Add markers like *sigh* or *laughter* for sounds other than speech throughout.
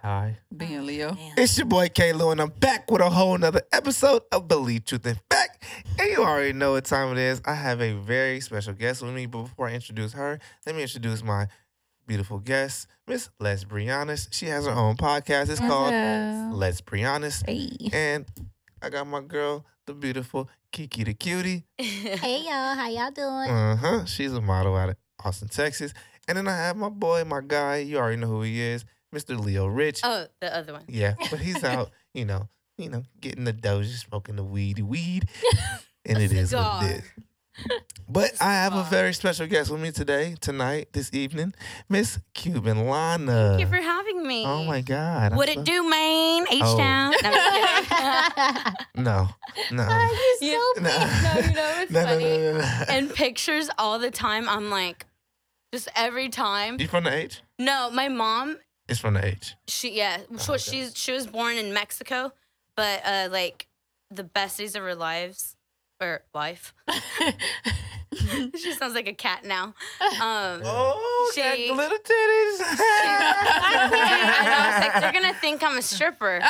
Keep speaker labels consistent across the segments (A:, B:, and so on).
A: Hi.
B: Oh, Mm.
C: Being Leo.
B: *laughs*
A: It's your boy K Lou, and I'm back with a whole nother episode of Believe Truth in Fact. And you already know what time it is. I have a very special guest with me, but before I introduce her, let me introduce my beautiful guest, Miss Les Brianas. She has her own podcast. It's called
C: Hello.
A: Les Brianas.
C: Hey.
A: And I got my girl, the beautiful Kiki the Cutie.
D: hey.
B: Hey y'all, how y'all doing?
A: Uh huh. She's a model out of Austin, Texas. And then I have my boy, my guy. You already know who he is, Mr. Leo Rich.
B: Oh, the other one.
A: Yeah, but he's
B: *laughs*
A: out, you know, you know, getting the doja, smoking the weedy
B: *laughs*
A: weed, and it is what it is.
B: *laughs*
A: But I have a
B: Cigar.
A: very special guest with me today, tonight, this evening, Miss Cuban Lana.
B: Thank you for having me.
A: oh my God! I'm
B: Would it
A: so-
B: do, Maine? H
A: Oh.
B: Town? No, I'm
A: *laughs*
B: just kidding. *laughs*
A: Mm.
D: *laughs*
A: No, no,
B: Yeah.
D: you so
A: No.
D: big. No, you know
A: *laughs*
D: it's
A: no, no, no,
D: funny.
A: no, no.
B: and pictures all the time. I'm like, just every time.
A: You from the H?
B: No, my mom,
A: It's from the H.
B: she, yeah, she,
A: okay.
B: she's, she was born in Mexico, but uh, like the best days of her lives, or
A: *laughs*
B: life. she sounds like a
A: *laughs*
B: cat now. Um,
A: Oh,
B: She-
A: got little titties.
B: *laughs* and I was like, they're going to think I'm
A: *laughs*
B: a stripper.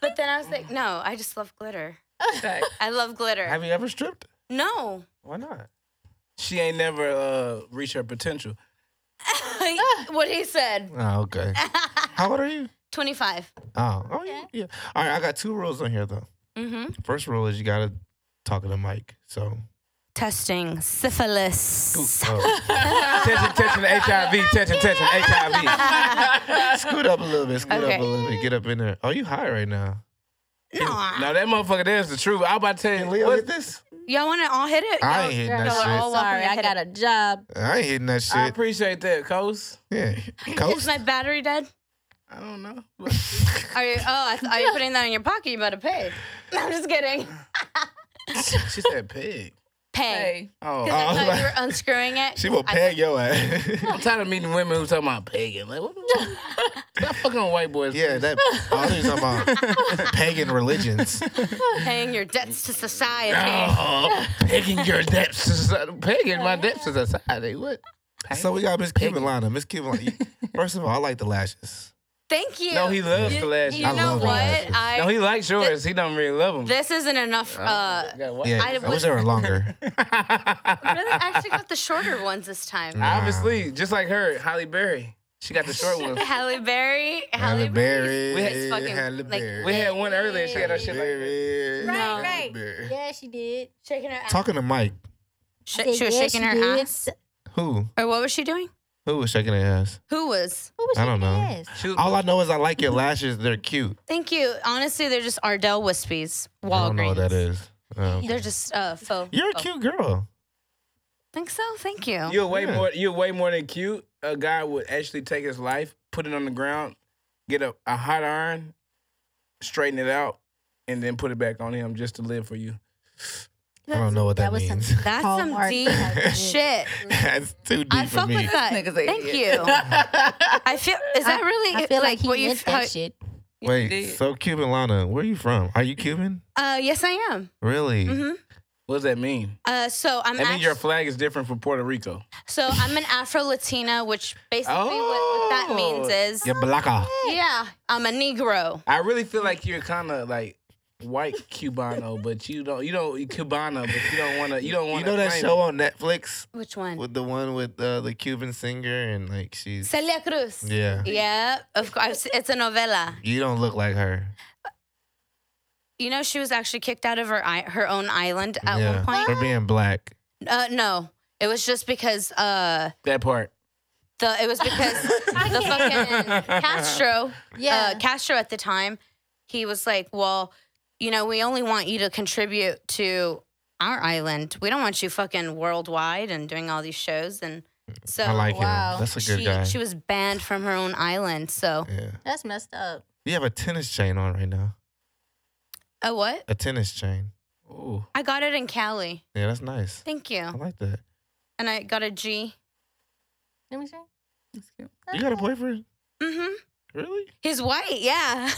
B: But then I was like, no, I just love glitter.
C: Fact.
B: I love glitter.
A: Have you ever stripped?
B: no.
A: Why not?
E: She ain't never uh, reached her potential.
D: *laughs*
B: what he said.
A: Oh,
B: *laughs*
A: okay. How old are you?
B: 25.
A: Oh, oh yeah, yeah. All right, I got two rules on here though.
B: Mm-hmm.
A: First rule is you gotta talk to the mic. So
B: Testing syphilis.
A: oh.
E: Tension, tension, to HIV, tension, tension,
B: *laughs*
E: HIV.
A: scoot up a little bit. Scoot
B: Okay.
A: up a little bit. Get up in there. Oh, you high right now?
B: No.
E: Now that motherfucker there's the truth. I about to tell you,
A: Leo,
E: what's
A: hit this.
B: Y'all want to all hit it?
A: I ain't hitting
D: girl.
A: that
B: Go
A: shit.
B: all walk
D: Sorry,
B: away,
D: I
B: hit
D: got a job.
A: I ain't hitting that
E: I
A: shit.
E: appreciate that, Coast.
B: *laughs*
A: Yeah,
B: Is
A: coast.
B: Um, my battery dead?
E: I don't know.
B: Are you, oh, I th- are you putting that in your pocket? You better pay. *laughs* I'm just kidding.
E: she said pig.
B: Pay.
C: Hey.
E: Oh,
B: *laughs* 'Cause
A: Oh.
B: I
A: *laughs*
B: thought you were unscrewing it.
A: *laughs* She will peg your ass. *laughs*
E: I'm tired of meeting women who talk about pagan. Like, what? what- Stop fucking with white boys.
A: yeah, that. oh, All these about
B: *laughs*
A: pagan religions.
B: Paying your debts to society.
E: Oh, pegging your depths. to society. Pegging my depths to society. What?
A: So we got Miss Cuban Lana. Miss Cuban. Lana.
B: *laughs*
A: First of all, I like the lashes.
B: Thank you.
E: No, he loves the lashes.
B: You
A: I
B: know
A: love
B: what?
A: lashes.
B: I
E: No, he likes yours. He don't really love them.
B: This isn't enough. Uh,
A: *laughs* Yeah,
B: I
A: I,
B: was-
A: wish they were longer.
B: really, I actually got the shorter ones this time.
A: *laughs*
E: Obviously, just like her, Holly Berry. She got the short one.
B: Halle Berry.
A: Halle
B: *laughs* Halle Berry.
A: Berry.
E: We had-
B: It's fucking,
A: Halle
B: like,
A: Berry.
E: We had one earlier. She had her shit like
A: Berry.
B: Right,
A: Halle
B: right.
A: Berry.
D: Yeah, she did.
B: Shaking her ass.
A: Talking to Mike.
B: Sh-
D: I said,
B: she was
D: yeah,
B: shaking
D: she
B: her
D: did.
B: ass.
A: Who?
B: Or what was she doing?
A: Who was shaking their ass?
B: Who was?
D: Who was
A: I
D: she
A: don't know.
D: with?
E: she was-
A: All I know is I like your lashes. They're cute.
B: Thank you. Honestly, they're just Ardell wispies. Walgreens.
A: I don't know what that is. Um,
B: They're just uh, faux.
A: you're a
B: faux.
A: cute girl.
B: Think so? Thank you.
E: You're way
A: Yeah.
E: more. You're way more than cute. A guy would actually take his life, put it on the ground, get a, a hot iron, straighten it out, and then put it back on him just to live for you.
A: I don't know what that,
D: That was some
B: *laughs*
A: means.
B: That's some
D: Hallmark *laughs*
B: deep
D: type of
B: shit.
A: *laughs* That's too deep
B: I
A: for
B: fuck
A: me.
B: with that.
C: Niggas ain't
B: Thank
C: it.
B: you.
D: *laughs*
B: I feel. Is that really
D: I feel like,
B: like,
D: he
B: what you?
D: meant that
B: how-
D: shit.
A: *laughs* Wait,
C: Indeed.
A: so Cuban Lana, where are you from? Are you Cuban?
B: Uh, yes, I am.
A: Really?
B: Mhm.
E: What does that mean?
B: Uh, so I'm.
E: That means
B: act-
E: your flag is different from Puerto Rico.
B: so I'm an Afro Latina, which basically what, what that
E: Oh.
B: means is.
A: You're Blanca.
B: Yeah, I'm a Negro.
E: I really feel like you're kind of like white Cubano, but you don't. You don't you Cubano, but you don't want to. You don't
A: You
E: want
A: know that show on Netflix
B: Which one?
A: with the one with uh, the Cuban singer and like she's
B: Celia Cruz.
A: yeah.
B: Yeah, of course. It's a novella.
A: You don't look like her.
B: You know, she was actually kicked out of her i- her own island at
A: yeah,
B: one point.
A: for being
B: *laughs*
A: black.
B: Uh, no, it was just because uh
E: That part.
B: the it was because *laughs* the fucking Castro.
D: *laughs* Yeah.
B: Uh, Castro at the time, he was like, well, you know, we only want you to contribute to our island. We don't want you fucking worldwide and doing all these shows and so.
A: I like
D: wow.
A: him. That's a good
B: she,
A: guy.
B: she was banned from her own island. So,
A: yeah.
D: That's messed up.
A: You have a tennis chain on right now.
B: oh, what?
A: A tennis chain.
E: Ooh.
B: I got it in Cali.
A: Yeah, that's nice.
B: Thank
A: I
B: you.
A: like that.
B: And I got a G.
D: Let me see.
C: That's cute.
A: You got a boyfriend?
B: Mm-hmm.
A: Really?
B: He's white, yeah. *laughs*
A: Is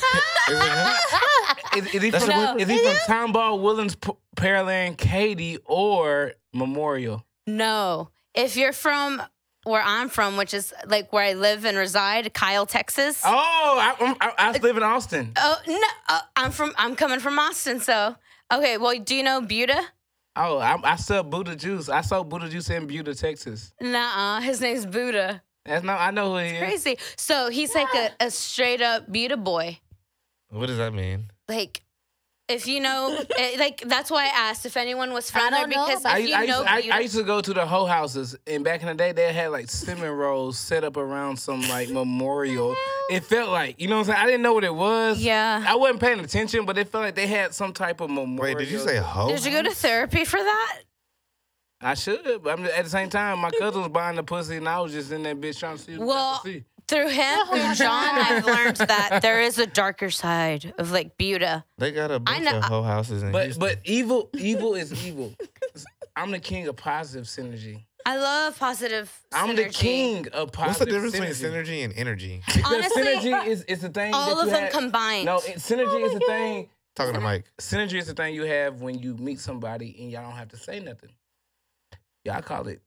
A: it him?
E: Is, is he
A: That's
E: from,
B: a good-
E: is he from Tomball, Woodlands, P-
B: *laughs*
E: Pearland, Katy, or Memorial?
B: no. If you're from where I'm from, which is like where I live and reside, Kyle, Texas.
E: Oh, I, I'm- I, I live in Austin.
B: Oh no, uh, I'm from I'm coming from Austin, so okay. Well, do you know Buda?
E: Oh, I, I sell Buddha juice. I sell Buddha juice in Buda, Texas.
B: Nuh-uh, his name's Buddha.
E: That's not. I know who he is.
B: Crazy. So he's like a, a straight up Buddha boy.
A: What does that mean?
B: Like, if you know, eh, like that's why I asked if anyone was
D: I
B: from there
D: don't know
B: because
D: about
E: I,
B: if you
E: I,
B: know
E: used, I,
B: Buda,
E: I used to go to the hoe houses, and back in the day, they had like cinnamon rolls set up around some like memorial. It felt like, you know what I'm saying? I didn't know what it was.
B: Yeah.
E: I wasn't paying attention, but it felt like they had some type of memorial.
A: Wait, did you say hoe?
B: did you go to therapy for that?
E: I should, but I'm just, at the same time, my cousin was buying the pussy, and I was just in that bitch trying to see. what I
B: Well,
E: could see.
B: through him, through John, I've learned that there is a darker side of like Buda.
A: They got a bunch
B: know-
A: of hoe houses in
E: but
A: Houston.
E: but evil, evil is evil. I'm the king of positive synergy.
B: I love positive.
E: I'm the
B: synergy.
E: king of positive.
A: What's the difference
E: synergy.
A: between synergy and energy?
E: Because
B: Honestly,
E: synergy is, is the thing.
B: all
E: that
B: of
E: you
B: them
E: have-
B: combined. Oh
E: No, it, synergy is the thing.
A: Talking to
E: *laughs*
A: Mike.
E: Synergy is the thing you have when you meet somebody and y'all don't have to say nothing. Y'all call it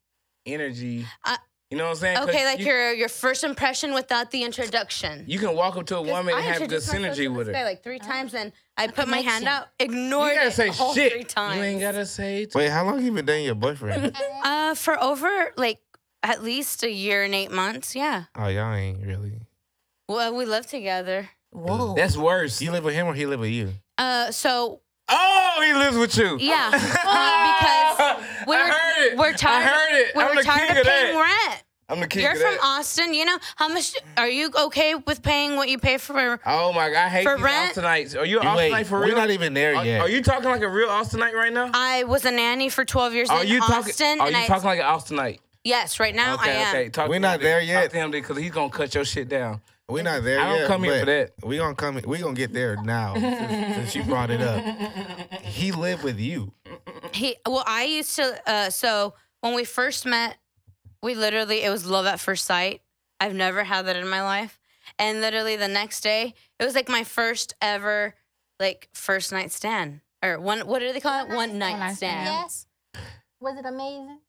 E: energy.
B: Uh,
E: you know what I'm saying? 'Cause
B: Okay, like
E: you,
B: your your first impression without the introduction.
E: You can walk up to a woman and have good
B: introduced myself to
E: synergy with
B: this
E: her.
B: guy like three times, and I put my hand
D: connection.
B: out,
E: you
B: ignored
E: gotta
B: it
E: say
B: all
E: shit.
B: three times.
E: You ain't gotta say. T-
A: Wait, how long you been dating your boyfriend?
B: Uh, for over like at least a year and eight months. Yeah.
A: oh, y'all ain't really.
B: Well, we live together.
A: Whoa.
E: That's worse.
A: You live with him or he live with you?
B: Uh, so
E: Oh, he lives with you.
B: yeah, *laughs* well,
E: *laughs*
B: because we
E: I
B: were
E: heard it.
B: we're tired.
E: I heard it.
B: We
E: I'm
B: were
E: the
B: tired
E: king
B: of
E: of
B: paying
E: that.
B: rent.
E: I'm the king
B: You're
E: of
B: from
E: that.
B: Austin, you know how much are you okay with paying what you pay for?
E: Oh my god, I hate
B: For
E: these
B: rent?
E: Austinites. Are you an
A: Wait,
E: Austinite for
A: we're
E: real?
A: not even there
E: are,
A: yet.
E: are you talking like a real Austinite right now?
B: I was a nanny for 12 years
E: Are
B: in
E: you
B: Austin,
E: talking? Are
B: and
E: you
B: I
E: talking like an Austinite?
B: yes, right now I
E: Okay,
B: am.
E: okay. Talk
A: We're
E: to
A: not
E: him.
A: there yet.
E: Talk to him because he's gonna cut your shit down.
A: We're not there
E: I don't
A: yet,
E: come here for
A: but
E: that.
A: We gonna come. We gonna get there now since, since you brought it up. He lived with you.
B: He well, I used to. Uh, so when we first met, we literally it was love at first sight. I've never had that in my life. And literally the next day, it was like my first ever like first night stand or one. What do they call it? One night, stand.
D: Yes. Was it amazing?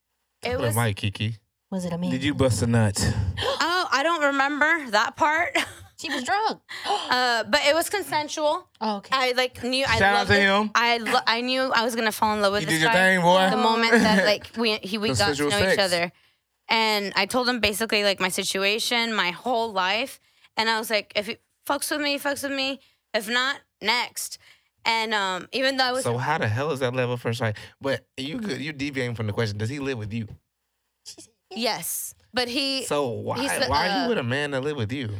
B: It
A: What
B: was.
A: Mike Kiki.
D: Was it amazing?
E: Did you bust a nut?
B: Oh, I don't remember that part. *laughs*
D: She was drunk.
B: Uh, but it was consensual.
D: Oh, okay.
B: I like knew. I
E: Shout out
B: loved
E: to
B: it.
E: him.
B: I lo- I knew I was gonna fall in love with
E: You
B: this
E: did your
B: guy
E: thing, boy.
B: the moment
E: *laughs*
B: that like we he we got to
E: Consensual
B: know each
E: sex.
B: other, and I told him basically like my situation, my whole life, and I was like, if he fucks with me, he fucks with me. If not, next. And um, even though I was Mm-hmm.
A: So how the hell is that level first sight? But you good. You deviating from the question. Does he live with you?
B: yes, but he
A: So why
B: He's the-
A: why are
B: uh,
A: you with a man that live with you?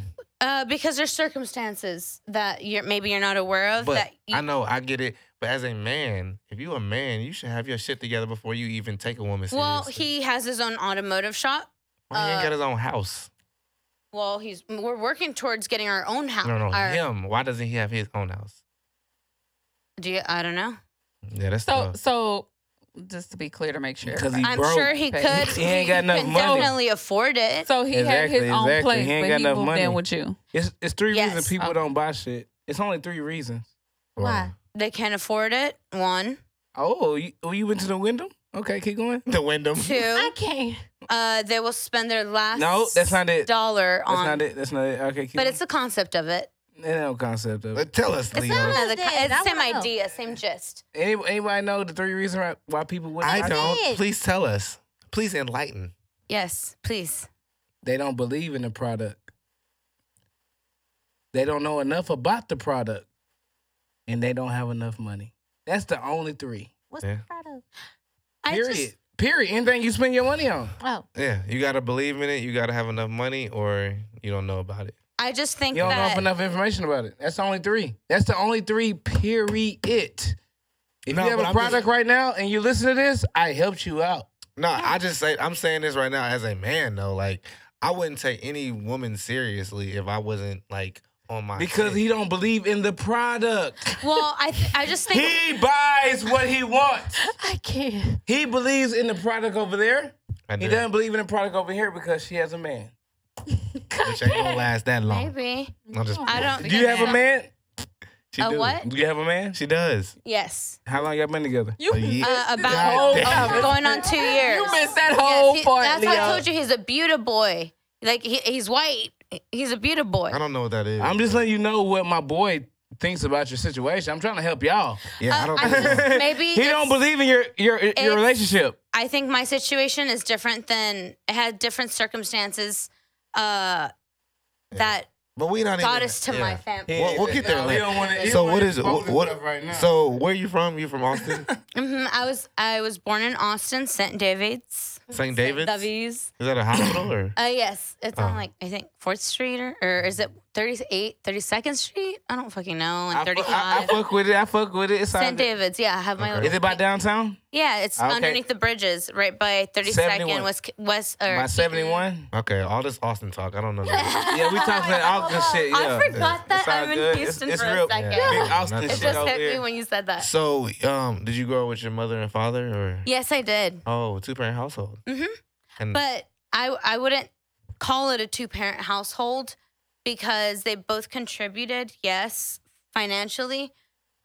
B: uh because there's circumstances that you're maybe you're not aware of
A: But
B: that you,
A: I know I get it. But as a man, if you a man, you should have your shit together before you even take a woman.
B: well
A: seriously.
B: he has his own automotive shop.
A: Why he ain't
B: uh,
A: got his own house.
B: Well, he's we're working towards getting our own house.
A: No, no,
B: uh, our-
A: him. Why doesn't he have his own house?
B: Do you? I don't know.
A: Yeah, that's
C: So,
A: tough.
B: *laughs*
C: so just to be clear to make sure.
E: 'Cause he
B: I'm
E: broke.
B: sure he
C: Okay.
B: could.
E: He ain't got enough
B: could
E: money.
B: Definitely afford it.
C: So he had
E: Exactly,
C: his own
E: exactly.
C: place,
E: He ain't
C: but
E: got
C: he
E: enough
C: moved
E: money.
C: in with you.
E: It's, it's three
B: Yes. Oh.
E: reasons people
C: Okay.
E: don't buy shit. It's only three reasons.
D: Why?
B: they can't afford it. One,
E: Oh, you, oh, you went to the window? Okay, keep going.
A: The Wyndham.
B: two.
C: can't.
B: Uh, they will spend their last
E: No, that's not it.
B: dollar
E: That's
B: on.
E: not it. That's not it. Okay, keep
B: But
E: going.
B: it's the concept of it.
E: Ain't no concept of it.
A: But Uh, tell us, Leo.
D: not-
B: Yeah, the co-
D: That's it.
B: it's
D: I
B: the same
D: wanna know.
B: idea, same gist.
E: Any, anybody know the three reasons why, why people wouldn't?
A: I
E: buy-
A: don't.
D: it.
A: Please tell us. Please enlighten.
B: Yes, please.
E: They don't believe in the product. They don't know enough about the product, and they don't have enough money. That's the only three.
D: What's
A: Yeah.
D: the product?
E: Period.
B: I just,
E: Period. Anything you spend your money on.
D: Oh,
A: Yeah, you gotta believe in it. You gotta have enough money, or you don't know about it.
B: I just think
E: You don't know
B: that
E: if enough information about it. That's the only three. That's the only three. Period. If
A: No,
E: you have
A: but
E: a
A: I'm
E: product
A: just-
E: right now and you listen to this, I helped you out.
A: No, I just say I'm saying this right now as a man though. Like I wouldn't take any woman seriously if I wasn't like on my
E: Because
A: shit.
E: he don't believe in the product.
B: *laughs* well, I th- I just
E: *laughs*
B: think
E: He buys what he wants.
D: I can't.
E: He believes in the product over there.
A: I
E: He
A: do,
E: doesn't believe in the product over here because she has a man.
B: *laughs*
A: which ain't gonna last that long.
B: maybe
A: I'm just
B: I don't.
E: Do you have a man?
A: She
B: A
A: do.
B: what?
E: Do you have a man?
A: She does.
B: yes.
E: *laughs* How long y'all been together?
C: You,
A: A
B: *laughs*
A: year.
B: Uh,
A: God
B: about
A: damn.
B: uh, going on two years.
C: you missed that
B: Yes,
C: whole
B: he-
C: part,
B: That's
C: Leo.
B: why I told you he's a beauty boy. Like he, he's white. He's a beauty boy.
A: I don't know what that is.
E: I'm just letting you know what my boy thinks about your situation. I'm trying to help y'all.
A: yeah, I don't.
B: Uh, I just- Maybe
E: *laughs* he
B: it's-
E: don't believe in your your your
B: it's-
E: relationship.
B: I think my situation is different than it had different circumstances uh, that
A: but we not
B: brought
A: even-
B: us to
A: yeah.
B: my family.
A: We'll, we'll get there
E: No, he
A: later.
E: don't wanna- he
A: so
E: don't
A: what
E: wanna
A: is
E: expose
A: what? what
E: himself right now.
A: so where you from? You from
B: *laughs*
A: Austin?
B: hmm I was I was born in Austin, St. David's.
A: St. David's?
B: W's.
A: Is that a hospital or?
B: Uh, yes, it's
A: Oh.
B: on like I think Fourth Street or, or is it 38, 32nd Street? I don't fucking know.
E: I,
B: And
E: fu-
B: thirty
E: I, I
B: five.
E: fuck with it. I fuck with it. It's all
B: St.
E: good.
B: David's. Yeah, I have my.
A: Okay.
B: little
E: Is it by downtown?
B: Yeah, it's
E: Okay.
B: underneath the bridges, right by
E: 71.
B: 32nd West West or
E: By
B: Keaton.
E: seventy
B: *laughs*
E: one.
A: Okay, all this Austin talk. I don't know. that.
E: Yeah, we talking about Austin shit. Yeah.
B: I forgot that
E: It's all
B: I'm in
E: good.
B: Houston
E: it's, it's
B: for a
E: real,
B: second.
A: Yeah.
E: Big Austin
A: It
B: It
E: shit
B: just
E: over
B: hit me
E: here.
B: when you said that.
A: so, um, did you grow up with your mother and father, or
B: yes, I did.
A: oh, two parent household?
B: Mhm.
E: Hmm.
A: And
B: But I I wouldn't call it a two parent household because they both contributed, yes, financially,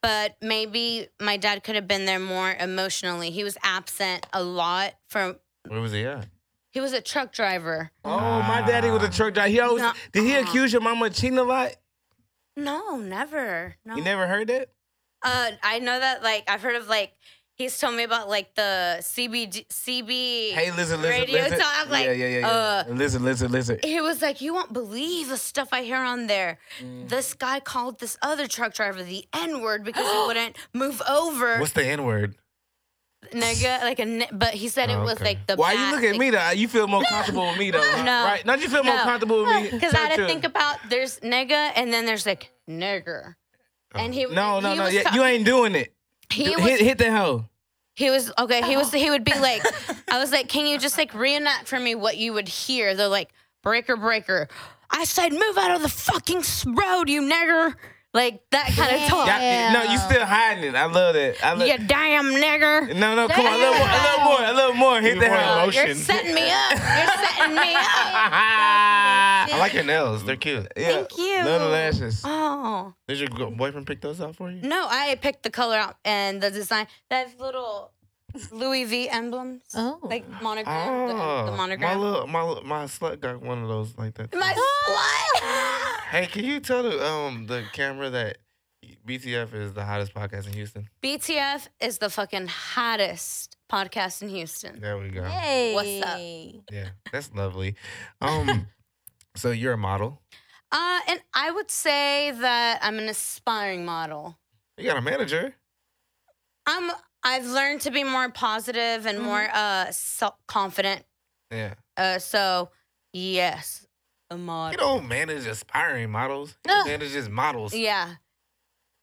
B: but maybe my dad could have been there more emotionally. He was absent a lot from
A: where was he at?
B: he was a truck driver.
E: Oh, my daddy was a truck driver. He always
B: Nuh-uh.
E: did. He accuse your mama of cheating a lot.
B: No, never. No.
E: You never heard that?
B: Uh, I know that. Like, I've heard of like he's told me about like the CB CB.
E: Hey, listen, listen,
B: Radio
E: listen.
B: talk, like,
E: yeah, yeah, yeah, yeah.
B: uh,
E: listen, listen, listen.
B: He was like, you won't believe the stuff I hear on there.
E: Mm.
B: This guy called this other truck driver the N word because
E: *gasps*
B: he wouldn't move over,
A: What's the N word?
B: nigga. Like a, ni- but he said it
A: Oh,
B: was
A: okay.
B: like the.
E: Why
B: bad-
E: you look at me though? You feel more comfortable with me though, huh?
B: *laughs* No.
E: right? Don't you feel more
B: No.
E: comfortable
B: *laughs*
E: with me?
B: Because I
E: Tell
B: had
E: the
B: to
E: truth.
B: think about there's nigga and then there's like nigger, and he
E: Oh. No, no,
B: he
E: no.
B: was
E: Yeah,
B: co-
E: you ain't doing it.
B: he
E: Do-
B: was
E: hit, hit that hoe.
B: He was okay. He was. He would
E: *laughs*
B: be like, I was like, can you just like reenact for me what you would hear? They're like, breaker, breaker. I said, move out of the fucking s- road, you nigger. Like that kind of talk.
E: Y'all- No, you still hiding it. I love that. I love.
B: You damn nigger.
E: No, no, come on. A little more. A little more. A little more. Hit
A: Even
E: that
A: more
E: hoe.
A: emotion.
B: Oh, You're setting
A: *laughs*
B: me up. You're setting me up.
E: *laughs* Ah,
A: I like your nails. They're cute.
E: yeah.
B: Thank you.
E: Little lashes.
B: Oh
A: Did your g- boyfriend pick those out for you?
B: no, I picked the color out and the design. That little Louis V emblems,
D: Oh.
B: like monogram,
A: Oh,
B: the, the
A: my
B: monogram.
A: little, my little- my slut got one of those like that.
B: My slut.
A: hey, can you tell the um the camera that BTF is the hottest podcast in Houston?
B: BTF is the fucking hottest podcast in Houston.
A: There we go.
D: Hey.
B: What's up?
A: Yeah, that's lovely.
B: *laughs*
A: Um, so you're a model.
B: Uh, and I would say that I'm an aspiring model.
A: You got a manager.
B: I'm. I've learned to be more positive and more uh self confident.
A: Yeah.
B: Uh, so yes, a
A: You
B: model.
A: don't manage aspiring models. You
D: No.
A: manage just models.
B: Yeah,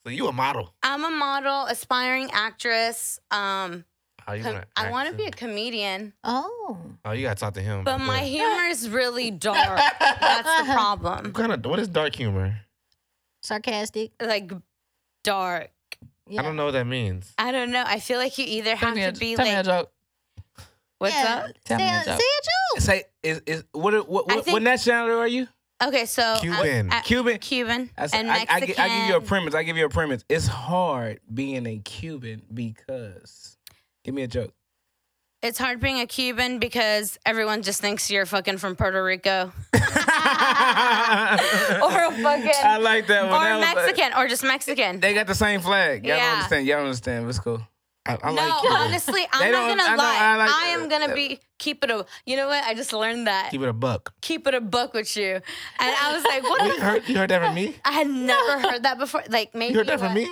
A: So you a model.
B: I'm a model, aspiring actress. Um,
A: Oh, you
B: com-
A: wanna
B: I
A: act
B: want to be a
A: too.
B: comedian,
D: Oh.
A: Oh, you gotta talk to him.
B: but my humor is
E: *laughs*
B: really dark. That's the problem.
A: kind of what is dark humor?
D: Sarcastic.
B: Like dark.
D: Yeah.
A: I don't know what that means.
B: I don't know. I feel like you either
E: Tell
B: have
E: me
B: to
E: a-
B: be
E: tell me a
B: like
E: joke.
B: what's
D: Yeah.
B: up.
E: Tell
D: say,
E: me a
D: a,
E: joke.
D: say a joke.
E: Say, is is what what
B: I
E: what, what
B: think-
E: nationality are you?
B: Okay, so
A: Cuban.
B: I, I,
E: Cuban.
B: Cuban,
E: I, said-
B: and
E: I, I, gi-
B: Mexican.
E: I give you a premise. I give you a premise. It's hard being a Cuban because. Give me
B: *laughs*
E: a joke.
B: it's hard being a Cuban because everyone just thinks you're fucking from Puerto Rico
E: I
B: Ah. or fucking
E: like that
B: or
E: one. That was, uh,
B: Mexican or just Mexican.
E: they got the same flag. Y'all don't
B: Yeah.
E: understand. Y'all don't understand. It's cool.
A: I, I
B: no,
A: like humor.
B: honestly,
E: They
B: I'm not
E: don't-
B: gonna
E: I know,
B: lie.
E: I
B: I,
E: like-
B: am gonna be keep it a. You know what? I just learned that
A: keep it a buck.
B: keep it a book with you, and I was like, what?
A: You
B: the-
A: heard, you heard that from me.
B: I had never heard that before. Like maybe
A: You heard that
B: what-
A: from me.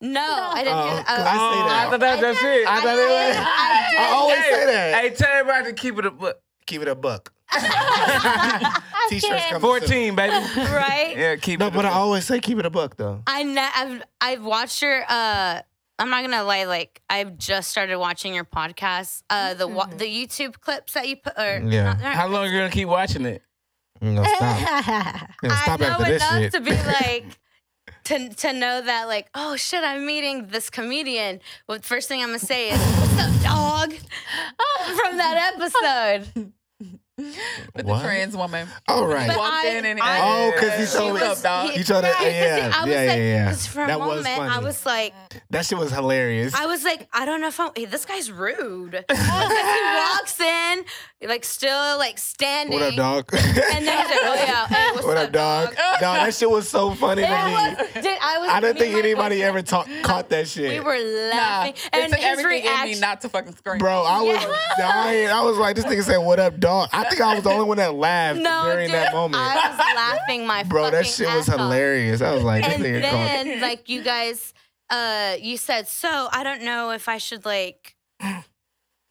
B: No, I didn't.
A: Oh,
B: hear that.
A: 'cause
B: I-
A: I say that.
E: I thought that was just it. I thought it was.
B: I did.
A: I always say that.
E: Hey, tell everybody to keep it a book.
A: Keep it a
B: *laughs*
A: buck. T-shirts
D: can't.
A: coming soon.
E: Fourteen, baby.
B: *laughs* right?
E: *laughs* Yeah, keep
A: No,
E: it. a
A: but I
E: book.
A: always say keep it a buck though.
B: I ne- I've I've watched your uh I'm not gonna lie like I've just started watching your podcast uh the wa- the YouTube clips that you put or
A: Yeah.
B: not- not-
E: How long are you gonna keep watching it?
A: No, stop.
B: *laughs*
A: Yeah,
B: I
A: stop
B: know
A: after this
B: enough
A: shit. *laughs*
B: to be like to to know that like oh shit I'm meeting this comedian. Well,
A: *laughs*
B: first thing I'm gonna say is what's up dog from that episode.
C: with
A: What?
C: the trans woman.
A: All right.
B: *laughs* But
C: Walked
B: I-
C: in and
B: I-
A: Oh, 'cause he
B: She
A: told
B: was-
A: us-
B: he-
A: You told us-
B: right, 'cause
A: yeah,
B: *laughs* I was
A: yeah,
B: like,
A: yeah, yeah.
B: 'cause for
A: That
B: a
A: was
B: moment, I
A: funny.
B: was like,
A: That shit was hilarious.
B: I was like, I don't know if I'm. Hey, this guy's rude.
A: *laughs*
B: 'Cause he walks in, like still like standing.
A: what up, dog? *laughs*
B: And then he's like, oh yeah, hey, what's
A: what up, dog? no, that shit was so funny to me.
B: That was- dude, I was.
A: I
B: me
A: don't
B: and
A: think
B: my
A: anybody
B: boyfriend,
A: ever talk, caught that shit.
B: We were
C: Nah,
B: laughing,
C: it
B: and
C: took
B: his
C: everything in me
B: reaction.
C: not to fucking scream.
A: Bro, I was
B: Yeah.
A: dying. I was like, this nigga said, "What up, dog?" I think I was the only one that laughed
B: No,
A: *laughs* during
B: dude,
A: that moment.
B: I was laughing my
A: Bro,
B: fucking
A: that shit was
B: ass off.
A: hilarious. I was like, this
B: and
A: nigga caught.
B: then like you guys uh you said so i don't know if i should like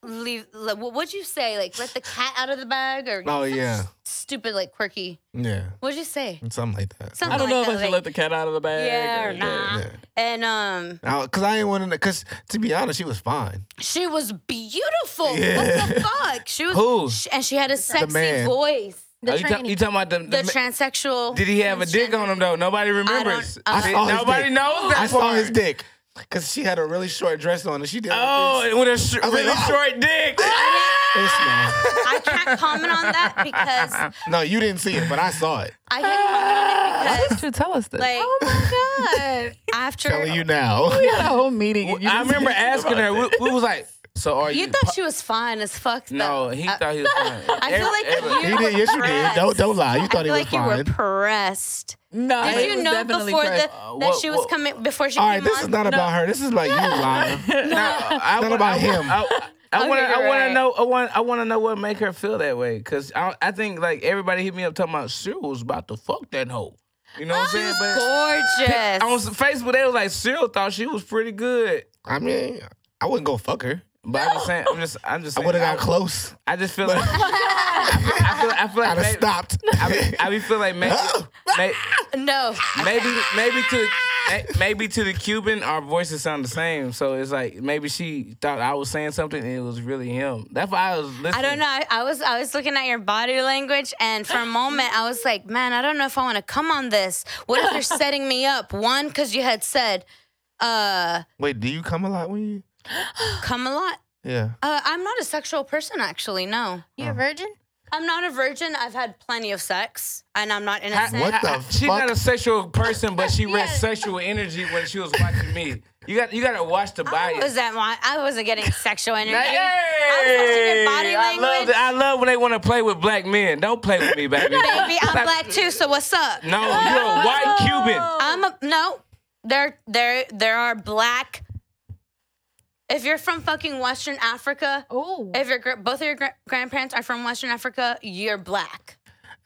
B: leave like, what would you say like let the cat out of the bag or
A: Oh
B: some
A: yeah,
B: stupid like quirky
A: yeah,
B: what'd you say
A: something like that.
B: Something
E: I don't know
B: like
E: if I
B: that,
E: should
B: like-
E: let the cat out of the bag.
B: yeah or
E: Yeah.
B: nah
A: yeah.
B: and um
A: I- Cause I ain't want to. Cause to be honest, she was fine.
B: she was beautiful
A: Yeah.
B: what the fuck she was
E: Who?
B: sh- and she had a sexy
A: man.
B: voice
E: Are
D: The
E: you, ta-
D: tranny.
E: you talking about the,
B: the
E: the ma-
B: transsexual
E: Did he have a dick on him though? Nobody
B: don't-
E: remembers.
B: I
E: See,
A: saw his
E: Nobody
A: dick.
E: knows that
A: I saw
E: part.
A: his dick. Cause she had a really short dress on, and she did.
E: Oh, and with a sh-
A: I was
E: really
A: like, oh.
E: short dick.
A: this man.
B: i can't comment on that because
A: No, you didn't see it, but I saw it.
B: i can't comment on it *laughs* because
C: to tell us this.
B: like
C: Like,
B: oh my god *laughs* after
A: Telling you now.
C: we had a whole meeting. and *laughs* you
E: I
C: just-
E: remember asking her. We, we was like, "So are you?"
B: You thought she was fine as fuck. though.
E: no, he
B: I-
E: thought he was fine.
B: I feel like
A: You
B: you-
A: did. Yes, you did. Don't don't lie. You
B: I
A: thought he
B: feel
A: was
B: like you were
A: fine.
B: pressed.
C: no,
B: Did
C: it
B: you
C: was
B: know
C: definitely
B: before
C: crazy.
B: that
E: Uh,
B: that
E: what-
B: she was
E: what-
B: coming before she
A: All
B: came
A: right, this
B: on?
A: is not about her. This is about you lying.
E: *laughs* No, I
A: Not
E: wa-
A: about
E: I wa-
A: him.
E: I, I want to.
B: you're
E: I want to
B: right.
E: know. I want. I want to know what make her feel that way. Cause I, I think like everybody hit me up talking about Cyril was about to fuck that hoe. You know what I'm saying? But
B: gorgeous.
E: on some Facebook, they was like Cyril thought she was pretty good.
A: I mean, I wouldn't go fuck her.
E: But I'm just saying. I'm just. I'm just.
A: I
E: Saying,
A: would have got
E: I-
A: close.
E: I
A: *laughs*
E: just feel like. I feel- I feel, I feel like
A: I'd have
E: maybe,
A: stopped.
E: I be, *laughs* I be feel like maybe, may-
B: no,
E: maybe, maybe to, may- maybe to the Cuban, our voices sound the same. So it's like maybe she thought I was saying something, and it was really him. That's why I was listening.
B: I don't know. I, I was I was looking at your body language, and for a moment, I was like, man, I don't know if I want to come on this. What if they're setting me up? One, because you had said, uh,
A: *laughs* Wait, do you come a lot when you?
B: come a lot.
A: Yeah.
B: Uh, I'm not a sexual person, actually. No,
D: *laughs* You a virgin?
B: I'm not a virgin. I've had plenty of sex, and I'm not
E: I-
B: innocent.
A: What the
E: I- I- She's
A: fuck?
E: not a sexual person, but she read sexual energy when she was watching me. You got, you got to watch the
B: I
E: body.
B: was at my, I wasn't getting
A: *laughs*
B: sexual energy.
E: Hey,
B: I was watching your body
E: I love,
B: language.
E: that. I love when they want to play with black men. Don't play with
B: *laughs*
E: me, baby.
B: Baby, I'm black too, so what's up?
E: No, you're a white Cuban.
B: I'm a no. There, there, there are black. If you're from fucking Western Africa,
D: Oh.
B: if your gr- both of your gra- grandparents are from Western Africa, you're black.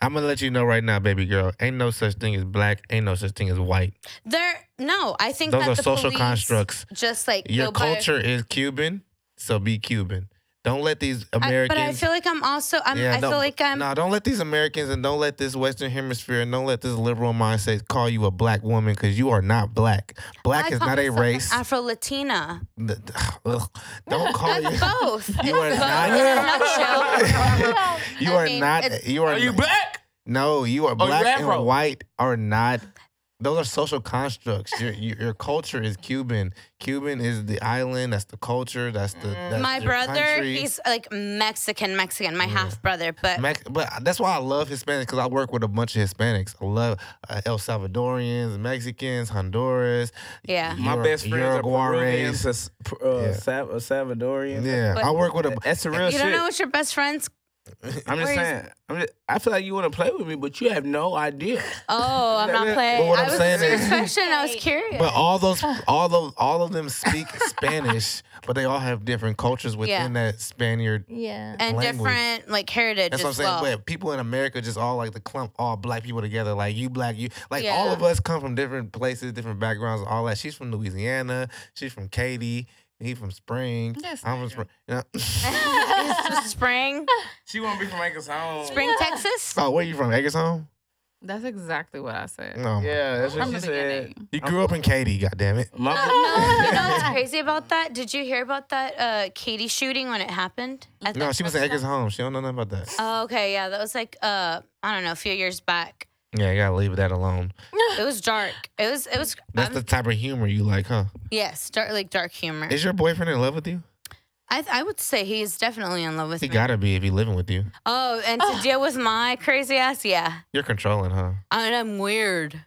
A: I'm gonna let you know right now, baby girl. Ain't no such thing as black. Ain't no such thing as white.
B: There, no, I think
A: Those
B: that
A: are
B: the
A: social
B: police
A: constructs.
B: Just like
A: Your
B: go by-
A: culture is Cuban, so be Cuban. Don't let these
B: I,
A: Americans.
B: but I feel like I'm also. I'm, I
A: no,
B: feel like I'm.
A: No, don't let these Americans and don't let this Western Hemisphere and don't let this liberal mindset call you a black woman because you are not black. Black
B: I
A: is
B: call
A: not a
B: myself an
A: race.
B: Afro-Latina.
A: *laughs* Th- ugh, don't call you.
B: That's both. It's
A: *laughs* You are
B: both
A: not-
B: in a nutshell.
A: *laughs* you
B: I
A: are
B: mean,
A: not.
B: it's-
A: You are.
E: Are you
A: not-
E: black?
A: No, you are
E: Or
A: black
E: Oh, Afro.
A: and white are not. Those are social constructs. Your your, your culture is Cuban. Cuban is the island. That's the culture. That's the.
E: Mm.
A: That's
B: My
A: your
B: brother,
A: country.
B: he's like Mexican, Mexican, my half brother, but
A: Mex- but that's why I love Hispanics because I work with a bunch of Hispanics. I love uh, El Salvadorians, Mexicans, Honduras.
B: yeah.
E: My
A: Ur-
E: best friends are
A: Uruguays.
E: Peruvians, uh,
A: Yeah.
E: Sav- uh, Salvadorians.
A: Yeah, I work with a.
E: That's the
B: *laughs*
E: real
B: You
E: shit.
B: don't know what your best friend's
E: I'm just
B: where is-
E: saying. I'm just, I feel like you want to play with me, but you have no idea.
B: Oh, I'm not playing.
A: But what I'm
B: I was
A: saying is-
B: serious question. I was curious.
A: But all those, all of, all of them speak Spanish, but they all have different cultures within that Spaniard
D: Yeah.
B: and
A: language.
B: different like heritage
A: That's what I'm
B: as
A: saying.
B: well.
A: But people in America just all like the clump all black people together. Like you black, you like
B: Yeah.
A: all of us come from different places, different backgrounds, all that. She's from Louisiana. She's from Katy. He from Spring.
C: This
A: I'm from Spring. You know-
B: *laughs*
A: *laughs*
B: It's just spring,
E: She won't be from Anchorage Home.
B: *laughs* spring, Texas.
A: oh, where you from? Eggerson?
C: That's exactly what I said.
A: No.
E: Yeah, that's what
C: From
E: she
C: the
E: said.
C: beginning.
A: You grew up in Katy. God damn it.
E: My
B: No, you know *laughs* what's crazy about that? Did you hear about that uh, Katie shooting when it happened? At
A: No,
B: that
A: she was in
B: restaurant?
A: Eggerson home. She don't know nothing about that.
B: Oh, okay, yeah, that was like uh, I don't know, a few years back.
A: Yeah, you gotta leave that alone.
B: It was dark. It was it was
A: That's
B: um,
A: the type of humor you like, huh?
B: yes, dark like dark humor.
A: Is your boyfriend in love with you?
B: I, th- I would say he is definitely in love with
A: He
B: me.
A: gotta be if he living with you.
B: oh, and to deal with my crazy ass, yeah.
A: You're controlling, huh?
B: I mean, I'm weird.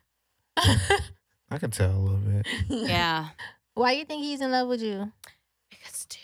A: I can tell a little bit.
C: *laughs*
B: Yeah.
D: *laughs* Why you think he's in love with you?
B: because, dude,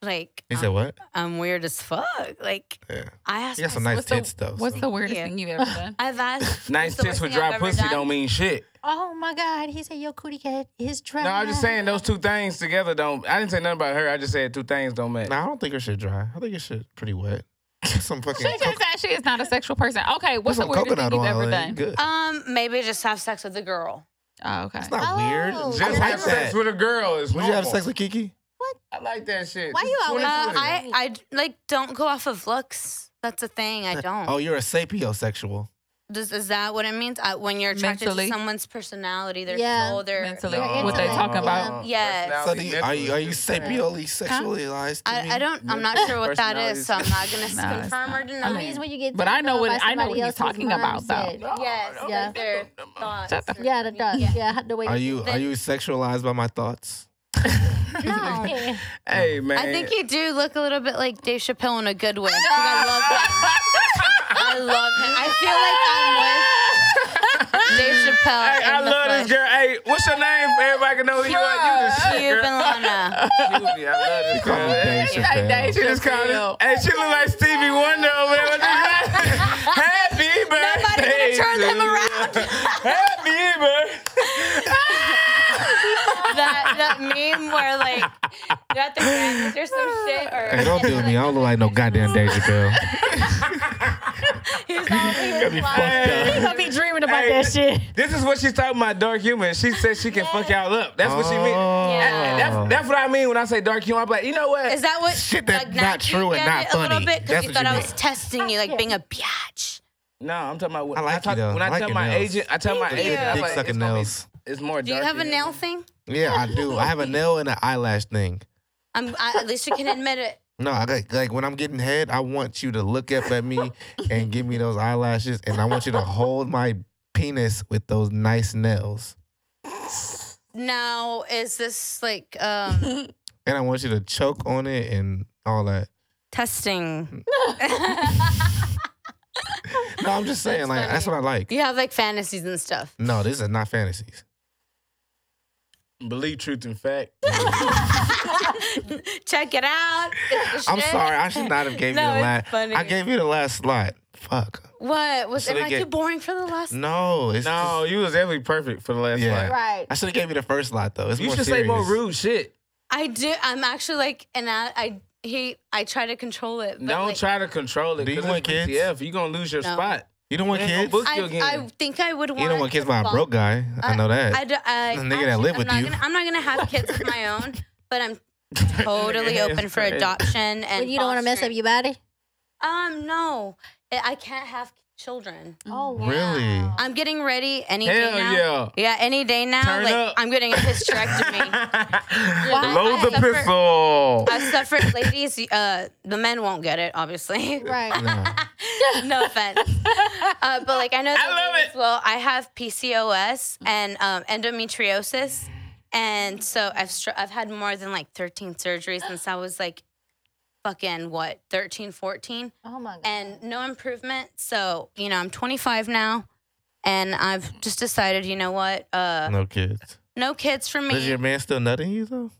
B: like,
A: He said what?
B: I'm weird as fuck. Like,
A: Yeah.
B: I asked
A: He got some
B: myself-
A: nice
C: the-
A: tits though.
C: What's
A: so.
C: the weirdest
B: Yeah.
C: thing you've ever done?
B: I've asked.
E: *laughs* Nice
B: what's the
E: tits
B: worst
E: with
B: thing I've
E: dry
B: ever
E: pussy
B: done?
E: don't mean shit.
D: Oh my God. He said your cootie cat is dry.
E: No, I'm just
D: *laughs*
E: saying those two things together don't. I didn't say nothing about her. I just said two things don't match.
A: Nah, I don't think her shit dry. I think her shit pretty wet. *laughs* some fucking
C: She just said she is not a sexual person. Okay,
A: put
C: what's the
A: some
C: weirdest
A: coconut
C: thing you've
A: oil.
C: ever
A: in it.
C: done?
A: Good.
B: Um, maybe just have sex with a girl.
C: Oh, okay.
A: It's not
D: Oh,
A: weird.
D: Just
A: I
E: Just
A: like
E: have sex
A: that.
E: with a girl is
A: Would
E: normal.
A: you have sex with Kiki?
E: I like that shit.
D: Why you
E: Just
D: always-
B: Uh,
E: twenty
D: That's
E: twenty.
B: I, I like don't go off of looks. That's a thing.
E: *laughs*
B: I don't.
A: Oh, you're a sapiosexual.
B: Does, is that what it means? I, when you're attracted
C: Mentally.
B: to someone's personality, their
D: Yeah.
B: soul, their
C: Mentally.
D: You're
C: what they
D: into
C: talking
D: them.
C: about.
B: Yes.
A: So do you, are you are you
E: Personality.
A: sapioli sexualized? to me?
B: I, I don't. I'm not
E: Mental
B: sure what that
E: personalities.
B: is, so I'm not
C: *laughs*
B: gonna
C: No, it's
B: confirm or
C: not.
B: deny.
C: I
D: It means when you get.
C: But I know
D: told
C: what-
D: by
C: I know what
D: somebody
C: he's
D: else whose
C: talking
D: mom
C: about, though.
D: said.
B: yes,
E: No,
D: yeah.
B: their thoughts.
C: Shut the
B: or-
D: Yeah, the dog. Yeah, the way.
A: Are
D: they- *laughs*
A: you are you sexualized by my thoughts?
B: No.
D: Yeah.
E: Hey man.
B: I think you do look a little bit like Dave Chappelle in a good way. 'cause I love him. I love him. I feel like I'm with Dave Chappelle.
E: Hey, I
B: in the
E: love this
B: flesh.
E: girl. Hey, what's your name? Everybody can know who you are. You the shit,
B: Cube
E: girl.
B: and
E: *laughs*
B: Lana.
E: Cupid, I love this girl.
A: Call me
E: Hey,
A: Dave Chappelle.
E: She just called it. Hey, she look like Stevie Wonder over there. What
B: *laughs*
E: you say? Happy
B: Nobody
E: birthday.
B: gonna turn
E: to
B: him
E: you.
B: around.
E: Happy birthday.
B: that that meme where like you're at the Grammys or some shit, or
A: Hey, don't do me. I don't look like no goddamn Deja *laughs* Bill.
B: he's all he's like,
E: Hey.
D: He gonna be dreaming about
E: Hey,
D: that shit.
E: This is what she's talking about, dark humor. She said she can fuck y'all up. That's what she
A: Oh.
E: means.
B: Yeah.
E: That's, that's what I mean when I say dark humor. I'm like, you know what?
B: Is that what?
A: Shit, that's
B: now
A: not
B: you
A: true and
B: get
A: not
B: it A
A: funny.
B: little bit
A: That's
B: because you
A: what
B: thought
A: you
B: I
A: meant.
B: was testing you, like being a biatch.
E: no, I'm talking about when
A: I like
E: I talk,
A: you, though.
E: when
A: I
E: I,
A: like
E: tell
A: your
E: my
A: nails.
E: agent, I tell my
B: Look at
E: agent,
B: your
E: I'm
A: Dick
E: like,
A: sucking
E: it's, gonna be-
A: nails.
E: it's more.
B: Do you
E: dark
B: have a
E: humor.
B: nail thing?
A: Yeah, I do. I have a nail and an eyelash thing.
B: I'm, I, at least you can admit it.
A: No, I got, like when I'm getting head, I want you to look up at
B: *laughs*
A: me and give me those eyelashes, and I want you to hold my penis with those nice nails,
B: Now, is this like um,
A: and I want you to choke on it and all that.
B: testing?
A: No, I'm just saying,
B: *laughs* That's
A: like that's what I like.
B: *laughs* You have like fantasies and stuff.
A: No, this is not fantasies.
E: Believe truth and *laughs* fact.
B: Check it out. It's the
A: I'm
B: shit.
A: sorry, I should not have
B: *laughs*
A: gave
B: No,
A: you the
B: it's
A: last.
B: funny.
A: I gave you the last slot. Fuck.
B: What was
A: So
B: it
A: they
B: like?
A: get-
B: too boring for the last.
A: No, it's
E: No,
A: Just,
E: you was definitely perfect for the last
A: Yeah.
E: yeah.
D: Right.
A: I should have gave you the first slot though. It's
E: You
A: more
E: should
A: serious.
E: say more rude shit.
B: I do. I'm actually like, and I, I he, I try to control it. But
E: Don't
B: like,
E: try to control it.
A: Do you
E: 'cause
A: want
E: it's
A: kids?
E: BTF, you gonna lose your
B: No.
E: spot.
A: You don't want
E: They ain't
A: kids.
E: gonna book
A: You
B: I,
E: you again.
B: I think I would want.
A: don't want kids by a
B: to
A: broke guy. I know that.
B: I, d- I-
A: A nigga that live with
B: I'm not
A: you.
B: Gonna, I'm not gonna have kids of my own, but
A: *laughs*
B: I'm *laughs*
E: *laughs*
B: totally open for adoption and.
D: But you don't want to mess up
B: fostering.
D: your body.
B: Um, no, I I can't have children.
D: Oh, wow.
A: really?
B: I'm getting ready any day
E: Hell
B: now.
E: yeah.
B: Yeah, any day now.
E: Turn
B: like
E: up.
B: I'm getting a
E: *laughs*
B: hysterectomy. I-
E: Load
B: I
E: the
B: suffer-
E: pistol.
B: I've suffered, ladies. Uh, the men won't get it, obviously. *laughs*
D: Right.
A: Nah.
B: no offense. Uh, but like I know
E: I love
B: that
E: it.
B: well, I have PCOS and um, endometriosis, and so I've str- I've had more than like 13 surgeries since I was like fucking what 13, 14,
D: Oh my God.
B: and no improvement. So you know I'm 25 now, and I've just decided you know what, uh,
A: No kids.
B: no kids for
A: Does your
B: me.
A: man still nutting you though?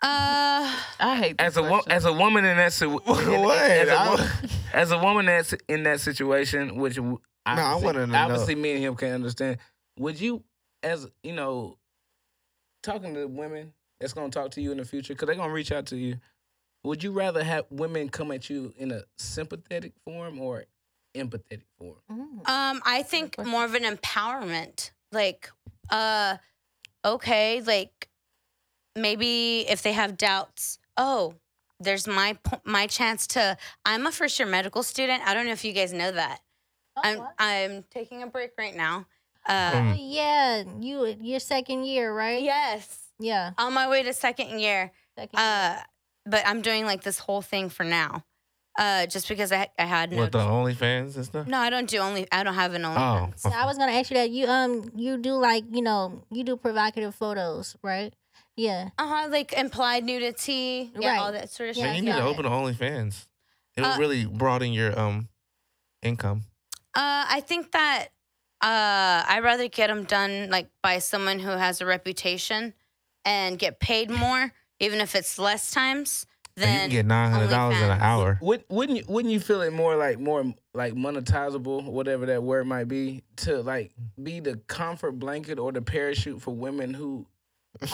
B: Uh,
C: I hate this
E: As a wo-
C: question.
E: as a woman in that si- *laughs* in-
A: What?
E: As,
A: I
E: a
A: don't-
E: *laughs* woman, as a woman that's in that situation, which w-
A: I
E: obviously-
A: wanted to know.
E: obviously me and him can understand. Would you, as you know, talking to women that's gonna talk to you in the future because they're gonna reach out to you. Would you rather have women come at you in a sympathetic form or empathetic form?
D: Mm.
B: Um, I think
C: question.
B: more of an empowerment. Like, uh, okay, like maybe if they have doubts, oh, there's my po- my chance to. I'm a first year medical student. I don't know if you guys know that.
D: Oh,
B: I'm
D: wow.
B: I'm taking a break right now. Uh,
A: Mm.
E: Mm.
D: Oh, yeah, you your second year, right?
B: yes,
D: Yeah.
B: on my way to second year.
D: Second year.
B: Uh, but I'm doing like this whole thing for now. Uh, just because I I had no.
A: With the OnlyFans and stuff?
B: no, I don't do only. I don't have an only.
A: Oh.
D: So I was gonna ask you that you um you do like you know you do provocative photos, right? Yeah.
B: Uh huh. Like implied nudity. Yeah, all
D: Right.
B: that sort of
D: Yeah,
A: Man, you
B: shit.
A: need to
B: Yeah.
A: open an OnlyFans. It will
B: Uh,
A: really broaden your um income.
B: Uh, I think that uh, I'd rather get them done like by someone who has a reputation and get paid more, even if it's less times.
A: And you
B: Than
A: can get nine hundred dollars in an
B: OnlyFans.
A: hour.
E: Would, wouldn't you, wouldn't you feel it more like more like monetizable, whatever that word might be, to like be the comfort blanket or the parachute for women who